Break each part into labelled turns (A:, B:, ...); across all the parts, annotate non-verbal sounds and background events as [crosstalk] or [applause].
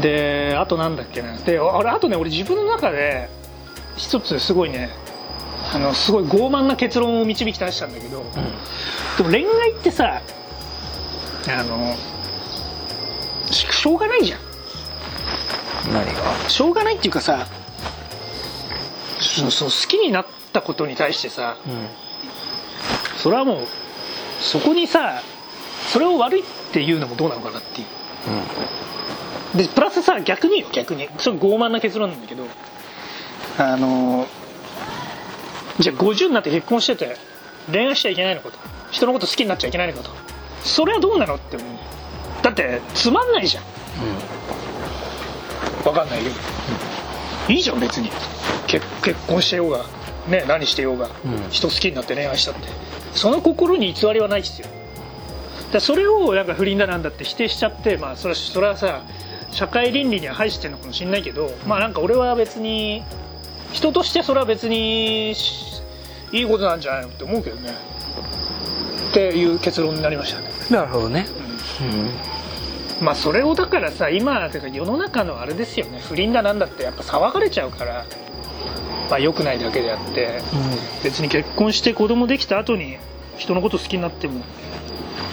A: であとなんだっけなで俺あとね俺自分の中で一つすごいねあのすごい傲慢な結論を導き出したんだけど、でも恋愛ってさあのししょうがないじゃん
B: 何が
A: しょうがないっていうかさそうそう好きになったことに対してさそれはもうそこにさそれを悪いっていうのもどうなのかなっていうでプラスさ逆によ逆にそれ傲慢な結論なんだけどあのじゃあ50になって結婚してて恋愛しちゃいけないのかと人のこと好きになっちゃいけないのかとそれはどうなのって思うだってつまんないじゃんわかんないよ、いいじゃん別に結結婚してようがね何してようが、
B: うん
A: 人好きになって恋愛したってその心に偽りはないですよだからそれをなんか不倫だなんだって否定しちゃってまあそれはそれはさ社会倫理には反してるのかもしれないけどまあなんか俺は別に人としてそれは別にしいいことなんじゃないのって思うけどねっていう結論になりましたね
B: なるほどね
A: まあそれをだからさ今てか世の中のあれですよね不倫だなんだってやっぱ騒がれちゃうからまあ良くないだけであって別に結婚して子供できた後に人のこと好きになっても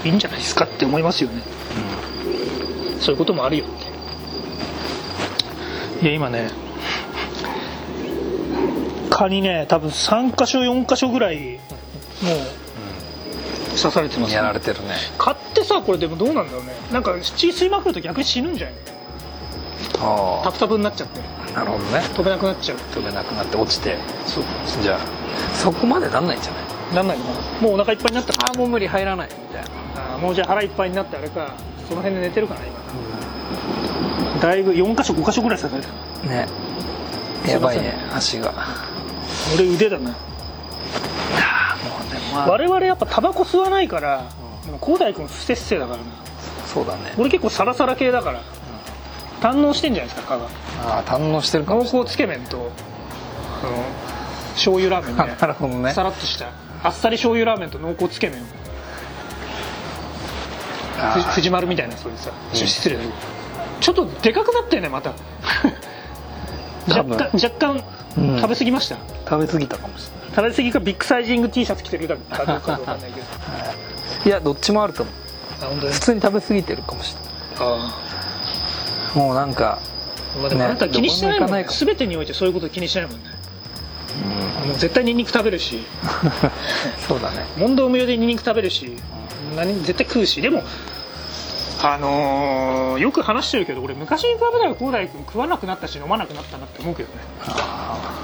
A: いいんじゃないですかって思いますよね、そういうこともあるよっていや今ね蚊にね多分3箇所4箇所ぐらいもう刺されてますね
B: やられてるね
A: 買ってさこれでもどうなんだろうねなんか血吸いまくると逆に死ぬんじゃないタ
B: あ
A: プタプになっちゃって
B: あなるほどね
A: 飛べなくなっちゃう
B: 飛べなくなって落ちて
A: そう
B: じゃあそこまでなんないんじゃない
A: なんないのかなもうお腹いっぱいになったか
B: ああもう無理入らないみたいな
A: あーもうじゃあ腹いっぱいになってあれかその辺で寝てるかな今だいぶ4箇所5箇所ぐらい刺された
B: ね
A: すい
B: や
A: ま
B: ば
A: せ
B: い
A: ん
B: ね足があ
A: 俺腕だな
B: あもうでもまあ
A: 我々やっぱタバコ吸わないからでも浩大君不摂生だからな
B: そうだね
A: 俺結構サラサラ系だから堪能してんじゃないですか蚊が
B: ああ堪能してるか
A: 濃
B: もしれ
A: 厚つけ麺とあの醤油ラーメン [laughs]
B: ない
A: ね
B: なるほどね
A: さらっとしたあっさり醤油ラーメンと濃厚つけ麺をふ
B: あ
A: 藤丸みたいなそういうさ、
B: うん
A: 失礼だけどちょっとでかくなったよねまた
B: 多
A: 若
B: 分
A: 干若干
B: うん
A: 食べ過ぎました、
B: あ食べ過ぎたかもしれ
A: 食べ過ぎかビッグサイジング T シャツ着てるかどうかどうかわかんないけど
B: ないいやどっちもあると思う
A: [laughs] あ本当に
B: 普通に食べ過ぎてるかもしれな
A: あ
B: いもうなんか
A: あ、まあ、でも
B: ね
A: あなた気にしてないもん、
B: どこ
A: ね
B: にも行かないか
A: 全てにおいてそういうこと気にしてないもんね
B: うん
A: もう絶対ニンニク食べるし
B: そうだね
A: 問答無用でニンニク食べるし何絶対食うしでもあのーよく話してるけど俺昔に比べたら浩大君食わなくなったし飲まなくなったなって思うけどね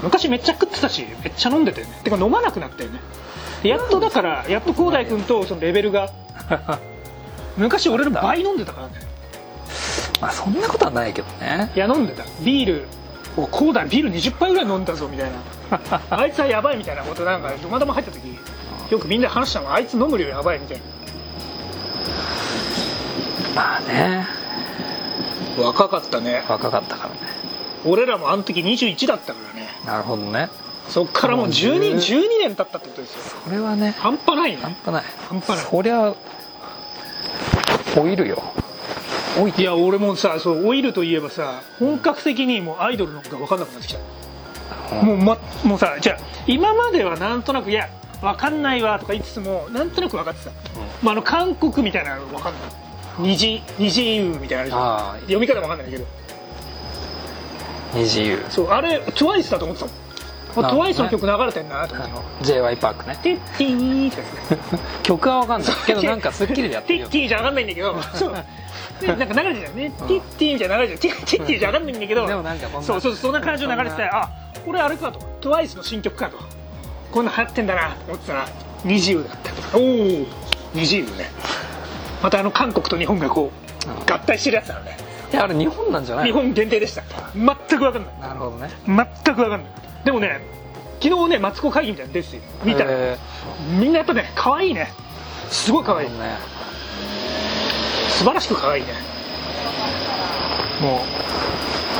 A: 昔めっちゃ食ってたしめっちゃ飲んでたよねてか飲まなくなったよねやっとだからやっと浩大君とそのレベル [laughs] が昔俺の倍飲んでたからね
B: まあそんなことはないけどね
A: いや飲んでたビールお浩大ビール20杯ぐらい飲んだぞみたい [laughs] なあいつはやばいみたいなことなんかたまたま入った時よくみんなで話したのがあいつ飲む量やばいみたいな
B: まあね
A: 若かったね
B: 若かったからね
A: 俺らもあの時21だったからね
B: なるほどね
A: そっからもう1212
B: 12
A: 年経ったってことですよ
B: これはね
A: 半端ない
B: 半
A: ね
B: 端ない
A: 半端ない
B: そりゃ老いるよ老い
A: い
B: て
A: や俺もさそうオイルといえばさ本格的にもうアイドルのことが分かんなくなってきた、もうまもうさじゃあ今まではなんとなくいや分かんないわとか言いつつもなんとなく分かってた、まあ、あの韓国みたいなの分かんない二次二次優みたいなのあるじゃん
B: ああ
A: 読み方分かんないけど
B: 二自由
A: そうあれ TWICE だと思ってたもん
B: な
A: あ
B: るほどね
A: TWICE の曲流れてんなと思って
B: j y パークね
A: テッティーってやつね
B: 曲はわかんないけどなんか『スッキリ』でやって
A: ティ
B: るよ
A: ッティじゃ上がんないんだけどそうでなんか流れてたよね、ティッティみたいな流れてたティッティティッティじゃ上がんないんだけど
B: でもなんかこんな
A: そうそうそんな感じの流れて
B: そん
A: て
B: な
A: あこれあれかと TWICE の新曲かとこんなん流行ってんだなと思ってたら20だったおお20ねまたあの韓国と日本がこう合体してるやつなのね
B: [laughs] いやあれ日本なんじゃない
A: 日
B: の
A: 本限定でした全く分かんない
B: なるほどね
A: 全く分かんないでもね昨日ねマツコ会議みたいなの出てて見たら、
B: え
A: みんなやっぱね可愛いねすごい
B: ー
A: 可愛い
B: なる
A: 素晴らしく可愛いねも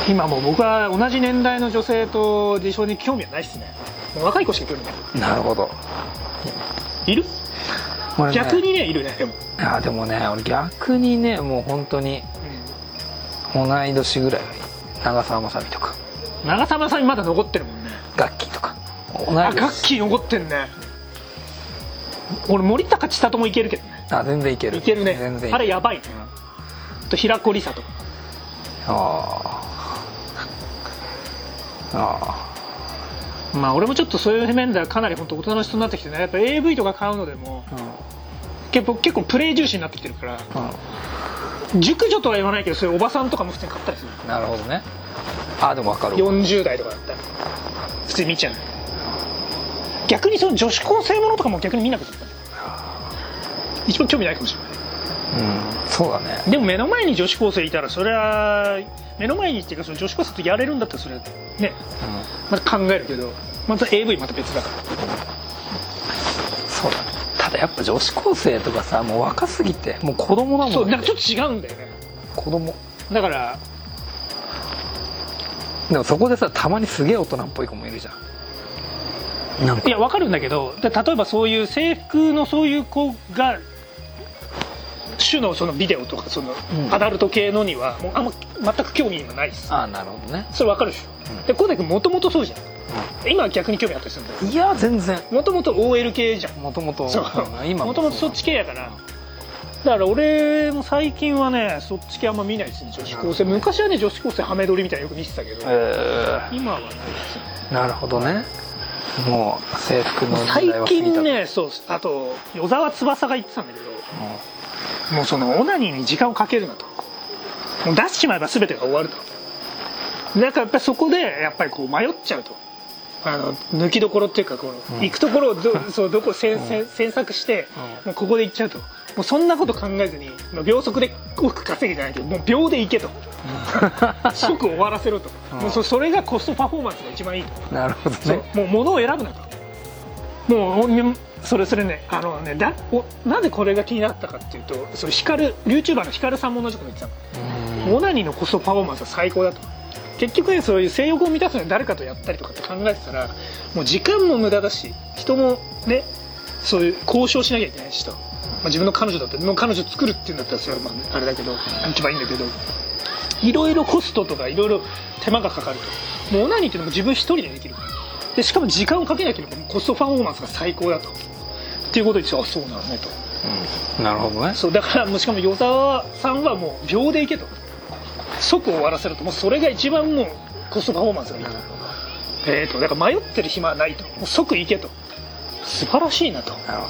A: う今もう僕は同じ年代の女性と自称に興味はないっすねもう若い子しか興味ない
B: ほどねなるほど
A: いる
B: 俺ね
A: 逆にねいるねでも、
B: あでもね俺逆にねもう本当に同い年ぐらいがいい長澤まさみとか
A: 長澤まさみまだ残ってるもんね
B: ガッキーとか同い
A: あ
B: 年
A: ガッキー残ってんね俺森高千里もいけるけどね
B: あ全然いける
A: いけるね
B: 全然い
A: あれ
B: ける
A: やばいねあと平子梨沙とか
B: あああ
A: まあ俺もちょっとそういう面ではかなり本当大人の人になってきてねやっぱ AV とか買うのでも
B: あうん
A: 結構結構プレイ重視になってきてるから熟女とは言わないけどそういうおばさんとかも普通に買ったりする
B: うんなるほどねあでも分かるわ
A: 40代とかだったら普通に見ちゃう逆にその女子高生ものとかも逆に見なくなった一番興味ないかもしれない
B: うんそうだね
A: でも目の前に女子高生いたらそれは目の前にっていうかその女子高生とやれるんだったらそれはね
B: う
A: また考えるけどまた AV また別だから
B: んそうだねただやっぱ女子高生とかさもう若すぎてもう子供だもんね
A: そうなんかちょっと違うんだよね
B: 子供
A: だから
B: でもそこでさたまにすげえ大人っぽい子もいるじゃんなん
A: い
B: か
A: やわかるんだけどで例えばそういう制服のそういう子が主のそのビデオとかその
B: うん
A: アダルト系のにはもうあんま全く興味今ないです
B: ああなるほどね
A: それわかるでし
B: うん
A: ょで小田君もともとそうじゃん今は逆に興味あったりするんだけ
B: いや全然
A: どもともと OL 系じゃん
B: もともと
A: そう
B: 今
A: もともとそっち系やからだから俺も最近はねそっち系あんま見ないですね女子高生昔はね女子高生ハメ撮りみたいなのよく見てたけど
B: え
A: 今はないです
B: ーなるほどねもう制服の時代
A: 最
B: は過ぎた
A: 近ねそうあと与沢翼が言ってたんだけどもうそのオナニーに時間をかけるなともう出してしまえば全てが終わるとだからやっぱりそこでやっぱりこう迷っちゃうとあの抜きどころっていうかこう、
B: うん
A: 行くところを [laughs] どそうどこせんせん詮索して、もうここで行っちゃうともうそんなこと考えずにもう秒速で億稼ぎじゃないけどもう秒で行けと [laughs] 即終わらせろと、
B: うん
A: もうそそれがコストパフォーマンスが一番いいと
B: うんなるほど
A: そう
B: ね
A: もう物を選ぶなともうみそれそれねあのねだおなぜこれが気になったかっていうとその光 YouTuber の光さんも同じこと言ってたの
B: うん
A: オナニーのコストパフォーマンスは最高だと結局ねそういう性欲を満たすのに誰かとやったりとかって考えてたらもう時間も無駄だし人もねそういう交渉しなきゃいけないしと、まあ、自分の彼女だっての彼女作るっていうんだったらそれはまああれだけど一番いいんだけどいろいろコストとかいろいろ手間がかかるともうオナニーっていうのも自分一人でできるからでしかも時間をかけなければコストパフォーマンスが最高だとっていうことで一応あそうなのねと
B: うんなるほどね
A: そうだからもうしかも与沢さんはもう秒でいけと即終わらせるともうそれが一番もうコストパフォーマンスがいいと,、えー、とだから迷ってる暇はないともう即行けと素晴らしいなと
B: なるほ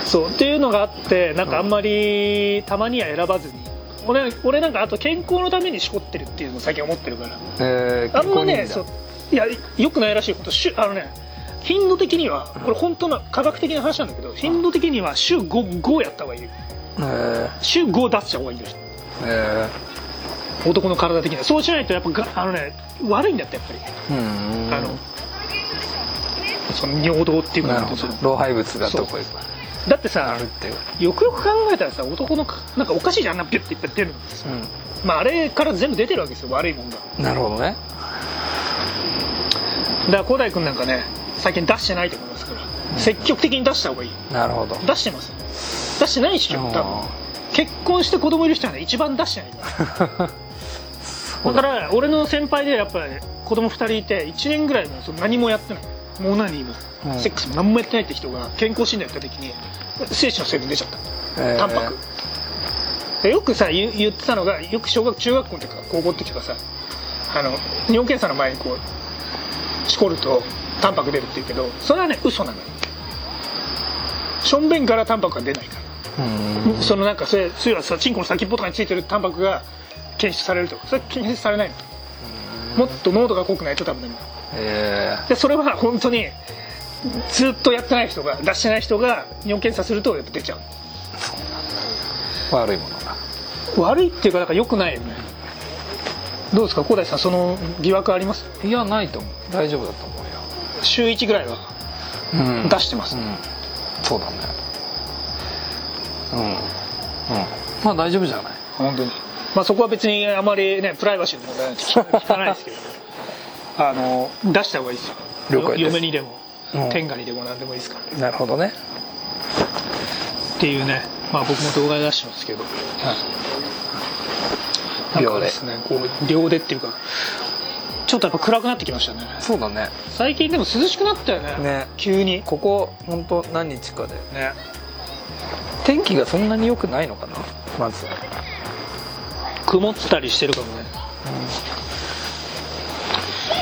B: ど
A: そうっていうのがあってなんかあんまりたまには選ばずに俺俺なんかあと健康のためにしこってるっていうのを最近思ってるから
B: えー
A: あんまね
B: 結
A: そ
B: 構
A: ういやよくないらしいこと週あのね頻度的にはこれ本当の科学的な話なんだけど頻度的には週 5, 5やった方がいい
B: いいんだえ
A: 週5出しちゃう方がいいらしい
B: ーえ
A: 男の体的にはそうしないとやっぱがあのね悪いんだってやっぱり、
B: ーうん
A: あのその尿道っていうか
B: な
A: な
B: る
A: んて
B: ほ
A: いうの
B: ど老廃物がどこへ
A: だって
B: あ
A: さ
B: るっていう
A: よくよく考えたらさ男のかなんかおかしいじゃんあんなピュッていっぱい出るんですよ、まあ、あれから全部出てるわけですよ悪いもんがだか
B: うんなるほどね
A: ら小田井君なんかね最近出してないと思いますから、積極的に出した方がいい
B: なるほど
A: 出してます出してないっしょ多分結婚して子供いる人はね一番出してないから
B: う
A: だから俺の先輩でやっぱり子供2人いて1年ぐらいもうその何もやってないもう何も、
B: うん
A: セックスも何もやってないって人が健康診断やった時に精子の成分出ちゃった
B: えー [laughs]
A: タンパク、でよくさ言う言ってたのがよく小学中学校の時とか高校の時とかさあの尿検査の前にこうしこるとタンパク出るって言うけどそれはね嘘なのよしょんべんからタンパクが出ないから
B: うん
A: そのなんかそれそういうのはさチンコの先っぽとかについてるタンパクが検出されるとかそれは検出されないのもっと濃度が濃くないと多分ダメなの
B: えー
A: でそれは本当にずっとやってない人が出してない人が尿検査するとやっぱ出ちゃう
B: 悪いものが
A: 悪いっていうかだから良くないよねどうですか高大さんその疑惑あります
B: いやないと思う大丈夫だと思うよ
A: 週1ぐらいは
B: うん
A: 出してます、
B: うんそうだねうんうんまあ大丈夫じゃない
A: 本当にまあそこは別にあまりねプライバシーの問題なんで聞かないです [laughs] けどあの出した方がいいですよ
B: 了解です
A: 嫁にでも、
B: うん
A: 天下にでも何でもいいですから
B: なるほどね
A: っていうねまあ僕も動画出してますけど、なん
B: 秒
A: か
B: で
A: ですねこう秒でっていうかちょっとやっぱ暗くなってきましたね
B: そうだね
A: 最近でも涼しくなったよね
B: ね
A: 急に
B: ここ本当何日かで
A: ね
B: 天気がそんなに良くないのかなまず
A: 曇ったりしてるかもね、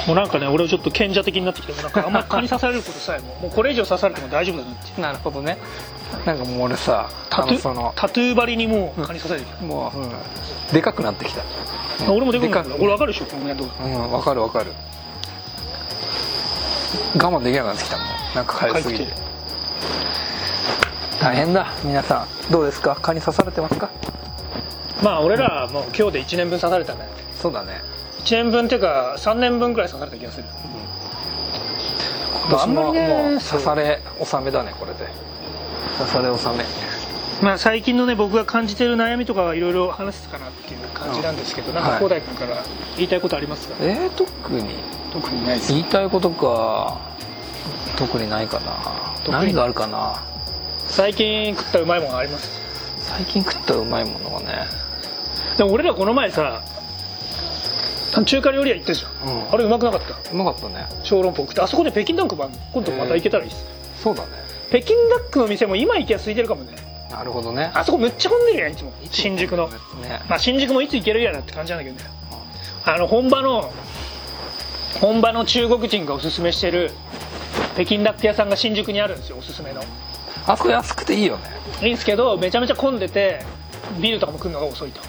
A: もうなんかね俺はちょっと賢者的になってきてもうなんかあんまり蚊に刺されることさえも [laughs] もうこれ以上刺されても大丈夫だなっていう
B: なるほどねなんかもう俺さ
A: タ
B: あ
A: トゥ
B: の
A: ー
B: その
A: タトゥー張りにもう蚊に刺されてる、
B: もう、うん、でかくなってきた
A: あ俺もでかくなっ
B: で
A: た
B: か
A: 俺わかるでしょこの辺とか
B: うんわかるわかる我慢できなくなってきたもんなんか痒すぎて
A: 痒く
B: 大変だ皆さんどうですか蚊に刺されてますか
A: まあ俺らはもう今日で1年分刺されたね
B: そうだね
A: 1年分っていうか3年分くらい刺された気がする
B: 今年も
A: あんまりね
B: もう刺
A: そう
B: され納めだねこれで刺され納め
A: まあ最近のね僕が感じてる悩みとかはいろいろ話すかなっていう感じなんですけど、
B: うん
A: なん
B: は
A: か
B: い
A: 高大君から言いたいことありますか、
B: えー、特に
A: 特にないです
B: 言いたいことか特にないかな
A: 特に
B: 何があるかな
A: 最近食ったうまいものあります
B: 最近食ったうまいものはね
A: でも俺らこの前さ中華料理屋行ったじゃん、
B: うん
A: あれうまくなかった
B: うまかったね
A: 小籠包食ってあそこで北京ダックもあんの今度また行けたらいいです、
B: そうだね
A: 北京ダックの店も今行きゃ空いてるかもね
B: なるほどね
A: あそこむっちゃ混んでるやんいつも新宿の
B: ね
A: まあ新宿もいつ行けるやなって感じなんだけどねあの本場の本場の中国人がおすすめしてる北京ダック屋さんが新宿にあるんですよおすすめの
B: あそこ安くていいよね
A: いいんですけどめちゃめちゃ混んでてビールとかも来るのが遅いと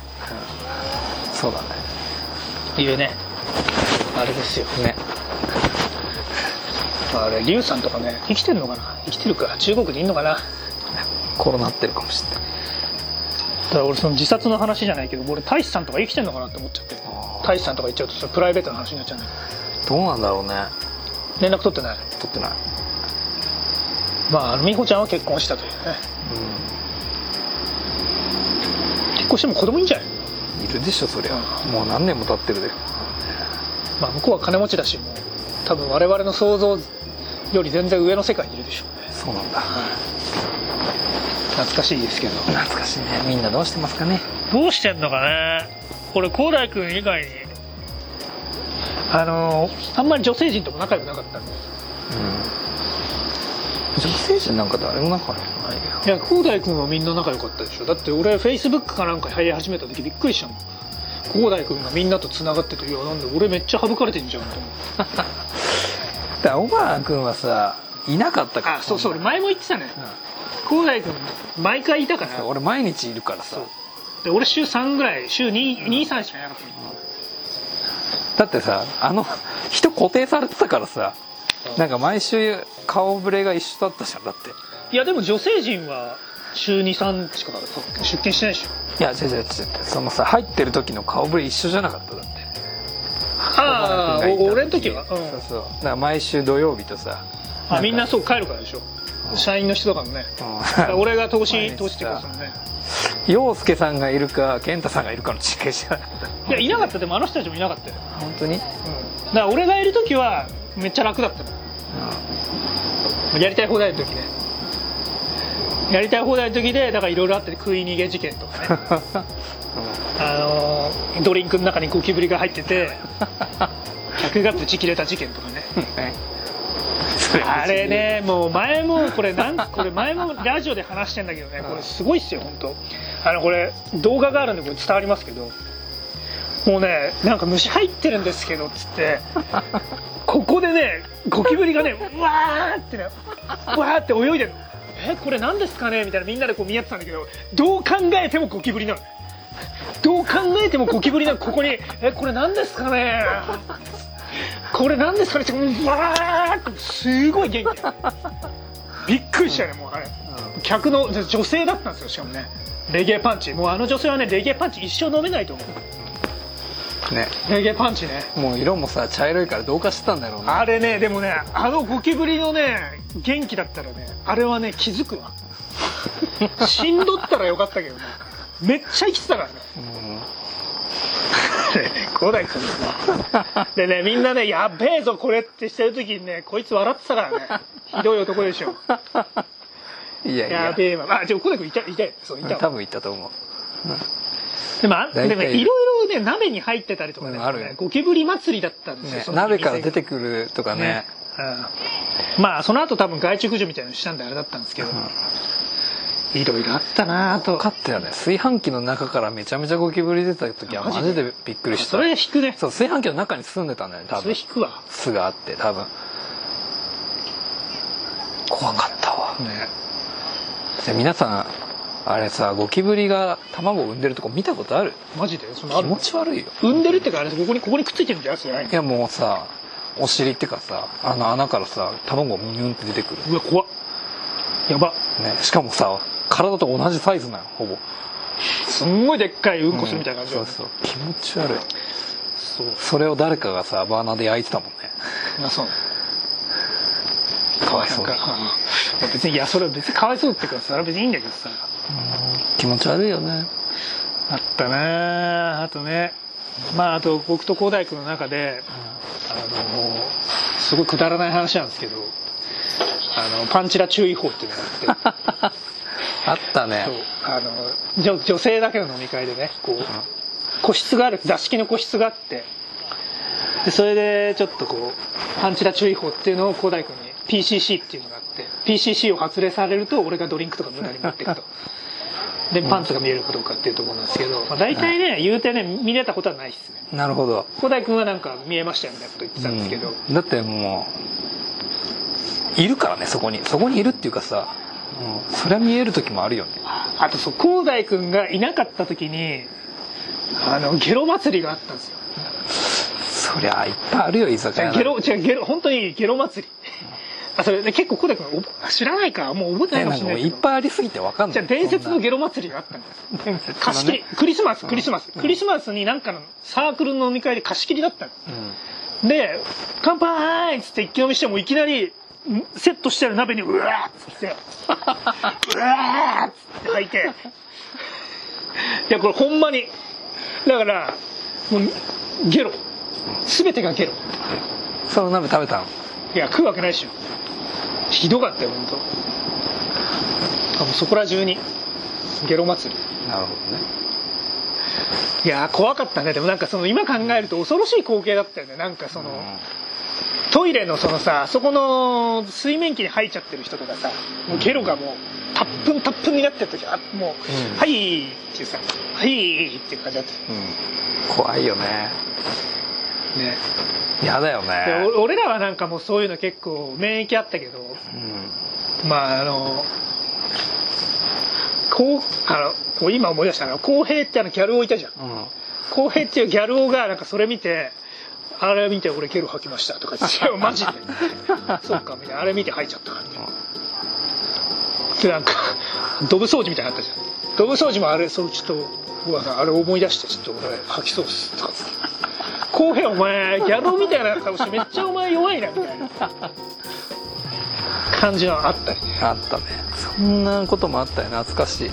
B: そうだね
A: いうねあれですよ
B: ね
A: あれ、リュウさんとかね、生きてるのかな生きてるか、中国にいんのかな
B: コロナってるかもしれない
A: ただ俺、その自殺の話じゃないけど、俺、大志さんとか生きてるのかなって思っちゃって
B: あ。ー
A: 大志さんとか言っちゃうと、それプライベートの話になっちゃうんだ
B: どうなんだろうね
A: けど連絡取ってない。
B: 撮ってない
A: まああの、美穂ちゃんは結婚したというね。結婚しても子供いいんじゃない
B: うんいるでしょそりゃもう何年も経ってるで
A: まあ、向こうは金持ちだし、もう、多分我々の想像より全然上の世界にいるでしょうね。
B: そうなんだ
A: 懐かしいですけど。
B: 懐かしいねみんなどうしてますかね
A: どうしてんのかね俺光大君以外にあのあんまり女性陣とも仲良くなかったんで
B: 女性陣なんか誰も仲良くないよ
A: いや光大君はみんな仲良かったでしょだって俺フェイスブックかなんか入り始めた時びっくりしたもん光大君がみんなと繋がってていやなんで俺めっちゃ省かれてんじゃんと思って
B: だから小原君はさいなかったから
A: あそうそう俺前も言ってたね
B: う
A: 光大君毎回いたか
B: ん
A: ら
B: 俺毎日いるからさ
A: そうで俺週3ぐらい週23しかいなかったの
B: だってさあの人固定されてたからさ
A: うん
B: なんか毎週顔ぶれが一緒だったじゃんだって
A: いやでも女性陣は週23しか出勤してないでしょ
B: いや違う違う違うそのさ入ってる時の顔ぶれ一緒じゃなかっただって
A: ああ
B: 小原君がいた
A: 俺の時は、う、
B: そうんそうだから毎週土曜日とさ
A: あみんな
B: か
A: そう帰るからでしょ社員の人とかもねだから
B: うん [laughs]
A: 俺が投
B: 毎
A: 資
B: 日
A: 投資ってことですもんね
B: 陽介さんがいるか健太さんがいるかの違いじゃなかっ
A: い
B: た
A: やいなかったでもあの人たちもいなかったよ、
B: 本当に [laughs]
A: うん、だから俺がいる時はめっちゃ楽だったのやりたい放題の時ねやりたい放題の時でだからいろいろあって食い逃げ事件とか
B: [laughs]
A: ねあのードリンクの中にゴキブリが入ってて客がブチ切れた事件とかね
B: ねそ
A: あれね、もう前もこれ [laughs] なん、これ前もラジオで話してんだけどね、これすごいっすよ、本当。あの、これ動画があるんで、これ伝わりますけど。もうね、なんか虫入ってるんですけどっつ [laughs] って。ここでね、ゴキブリがね、うわーってね、うわーって泳いでる。え、これ何ですかねみたいな、みんなでこう見合ってたんだけど、どう考えてもゴキブリなの。どう考えてもゴキブリなの、ここに、え、これ何ですかねこれなんですかねってうわーってすごい元気びっくりしたよねもうあれ客ので女性だったんですよしかもねレゲエパンチもうあの女性はねレゲエパンチ一生飲めないと思う
B: ね
A: レゲエパンチね
B: もう色もさ茶色いから同化してたんだろうね
A: あれねでもねあのゴキブリのね元気だったらねあれはね気づく
B: [laughs]
A: わ死んどったらよかったけどねめっちゃ生きてたからね五代君は [laughs] でねみんなねやっべえぞこれってしてる時にねこいつ笑ってたからねひどい男でしょ
B: うん [laughs] いやい
A: や
B: や
A: べえわ。あ、じゃあ、コネ君いた、いたよ。そう、いた
B: 多
A: わ。
B: 分行ったと思う
A: でも、あ
B: 大体
A: でも、いろいろ僕ね鍋に入ってたりとかね,、
B: うんあるよ
A: ゴキブリ祭りだったんですよ、
B: ね
A: その
B: 鍋から出
A: 店
B: てくるとか
A: が
B: ね
A: うんまあその後多分害虫駆除みたいなのしたんであれだったんですけど、いろいろあったなあと
B: 分かったよね炊飯器の中からめちゃめちゃゴキブリ出た時は
A: マ
B: マ
A: ジ
B: ジ
A: で
B: でびっくりした
A: それ引くね
B: そう炊飯器の中に住んでたんだよね多
A: それ
B: 分
A: 引くわ
B: 巣があって多分怖かったわ
A: ね
B: で皆さんあれさゴキブリが卵を産んでるとこ見たことある
A: マジでそのあ
B: 気
A: る
B: 持ち悪いよ
A: 産んでるってかあれここにここにくっついてるんじゃんそれ
B: いやもうさお尻ってかさあの穴からさ卵がミュンって出てくる
A: うわ怖っやば
B: ねしかもさ体と同じサイズなのほぼ
A: すんごいでっかいうんこするみたいな感じ、
B: うんそうそう気持ち悪い
A: そう
B: それを誰かがさバーナーで焼いてたもんね
A: あそう
B: かわいそう
A: な
B: に
A: んかうん別にいやそれは別にかわいそうっていうかそれは別にいいんだけどさ
B: 気持ち悪いよね
A: あったなああとねまああと僕と広大君の中であのすごいくだらない話なんですけどあのパンチラ注意報っていうのがあって
B: あったね
A: そうあの女女性だけの飲み会でねこう個室がある座敷の個室があってでそれでちょっとこうパンチラ注意報っていうのを広大君に PCC っていうのがあって PCC を発令されると俺がドリンクとか無駄に持っていく [laughs] とでパンツが見えるかどうかっていうところなんですけど、まあ、大体ね言うてね見れたことはないですね
B: なるほど
A: 広大君はなんか見えましたよみたいなこと言ってたんですけど、
B: うんだってもういるからねそこにそこにいるっていうかさ、うん、そりゃ見える時もあるよね
A: あとそう広大君がいなかった時にあのゲロ祭りがあったんですよ
B: そりゃいっぱいあるよ居酒屋なんて
A: ゲロ違うゲロ本当にゲロ祭りあそれね結構小田君覚え知らないかもう覚えてない
B: ね
A: かも
B: なん
A: し
B: か
A: れ
B: も
A: な
B: う
A: いけ
B: いっ
A: ど
B: ぱいありすぎてわかんない
A: じゃあ伝説の
B: そんな
A: ゲロ祭りがあったんです
B: 伝説のね
A: 貸し切りクリスマスクリスマス、クリスマスになんかのサークルの飲み会で貸し切りだったんで
B: う
A: す
B: ん
A: で「乾杯!」っつって一気飲みしてもいきなりんセットしてある鍋にうわーっつってうわーっつって吐いていやこれほんまにだからもうゲロ全てがゲロ
B: その鍋食べたの
A: いや食うわけないでしょひどかったよ本当。あもうそこら中にゲロ祭り
B: なるほどね
A: いやー怖かったねでもなんかその今考えると恐ろしい光景だったよねなんかその、トイレのそのさそこの水面器に入っちゃってる人とかさもうゲロがもうたっぷんたっぷんになってる時あもう、
B: うん
A: はい」っていうさ「はい」っていう感じだったよ
B: うん、うん怖いよね
A: ね
B: やだよ
A: で
B: ね
A: お俺らはなんかもうそういうの結構免疫あったけど
B: うん
A: まああのこうあのこう今思い出したの浩平ってあのギャル男いたじゃん
B: うん
A: 浩平っていうギャル男がなんかそれ見てあれ見て俺ゲロ吐きましたとか言っていやマジでそうかみたいなあれ見て吐いちゃったからみたいなでなんかドブ掃除みたいになのあったじゃんドブ掃除もあれそうちょっと僕はさあれ思い出してちょっと俺吐きそうっすとか言って浩平お前ギャル男みたいな顔してめっちゃお前弱いなみたいな感じのあったりね
B: あったねそんなこともあったよ懐かしい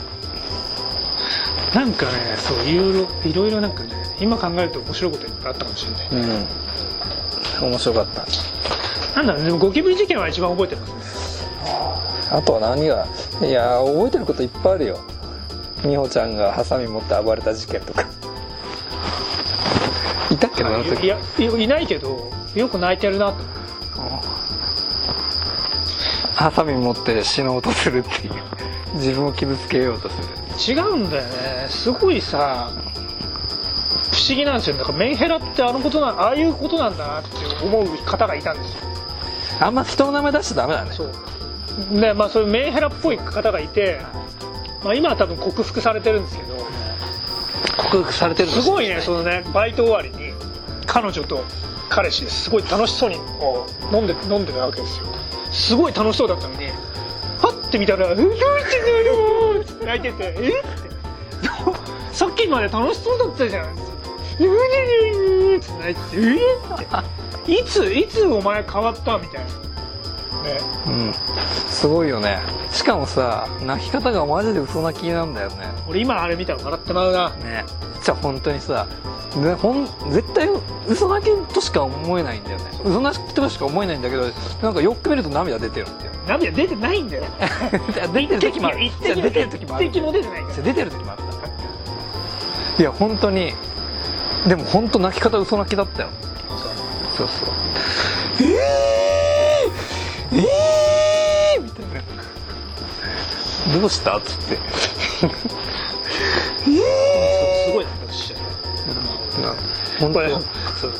A: なんかねそういろいろいろいろなんかね今考えると面白いこといっぱいあったかもしれない
B: うん面白かった
A: なんだろうねでもゴキブリ事件は一番覚えてますね
B: あとは何がいや覚えてることいっぱいあるよ美穂ちゃんがハサミ持って暴れた事件とか [laughs] いたっけどなその
A: い
B: 時
A: やいいないけどよく泣いてるなと
B: ハサミ持って死のうとするっていう自分を傷つけようとする
A: 違うんだよねすごいさ不思議なんですよだからメンヘラってあのことなああいうことなんだなって思う方がいたんですよ
B: あんま人の名前出しちゃダメだね
A: そうでまあそういうメンヘラっぽい方がいて、まあ、今は多分克服されてるんですけど
B: 克服されてるの
A: すごいねそのねバイト終わりに彼女と彼氏ですごい楽しそうにこう飲んで飲んでたわけですよすごい楽しそうだったのにパッて見たら「うるいちのよ」って泣いてて「えっ?」て [laughs] さっきまで楽しそうだったじゃん」って「うるいちのよ」って泣いてて「えっ?」って「いついつお前変わった?」みたいなね
B: うんすごいよねしかもさ泣き方がマジで嘘泣きなんだよね
A: 俺今あれ見たら笑ってまうな
B: ねじゃあ本当にさ、ね、ほん絶対嘘泣きとしか思えないんだよね嘘泣きとしか思えないんだけどなんかよく見ると涙出てるんだよ
A: 涙出てないんだよ
B: いや [laughs] 出てる時もある
A: 一
B: い
A: 滴
B: や出てる時もある
A: 一滴も出てないから
B: 出てる時もあったいや本当にでも本当泣き方嘘泣きだったよそうそうえー、えー、みたいなどうしたっつって
A: すごいなんかしちゃう
B: な本
A: こ
B: 当
A: れ
B: よ
A: そう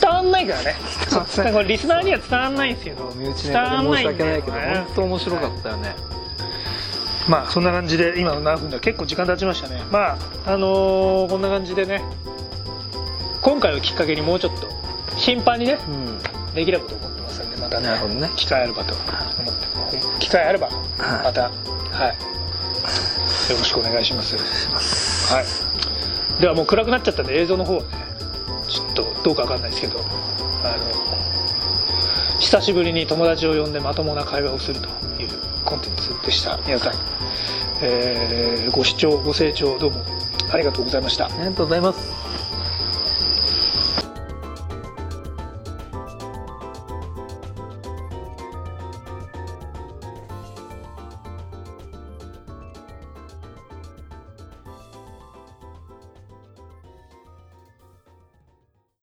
A: 伝わんないからね
B: 伝わんない
A: これリスナーには伝わんないんですよ
B: 身内
A: 伝
B: ネタ
A: わ
B: で
A: ん
B: 申
A: ないん
B: し訳
A: だ
B: ない
A: よ
B: けど
A: ね
B: 本当面白かったよね
A: まあそんな感じで今の何分だ結構時間経ちましたねまああのーこんな感じでね今回をきっかけにもうちょっと頻繁にね
B: うん
A: できればと思ってますんでまたね
B: なるほどね
A: 機会あればと思って機会あればまたはいよろしくお願いしますはいではもう暗くなっちゃったんで映像の方はねちょっとどうかわかんないですけどあの久しぶりに友達を呼んでまともな会話をするというコンテンツでした皆さん、えーご視聴ご清聴どうもありがとうございました
B: ありがとうございます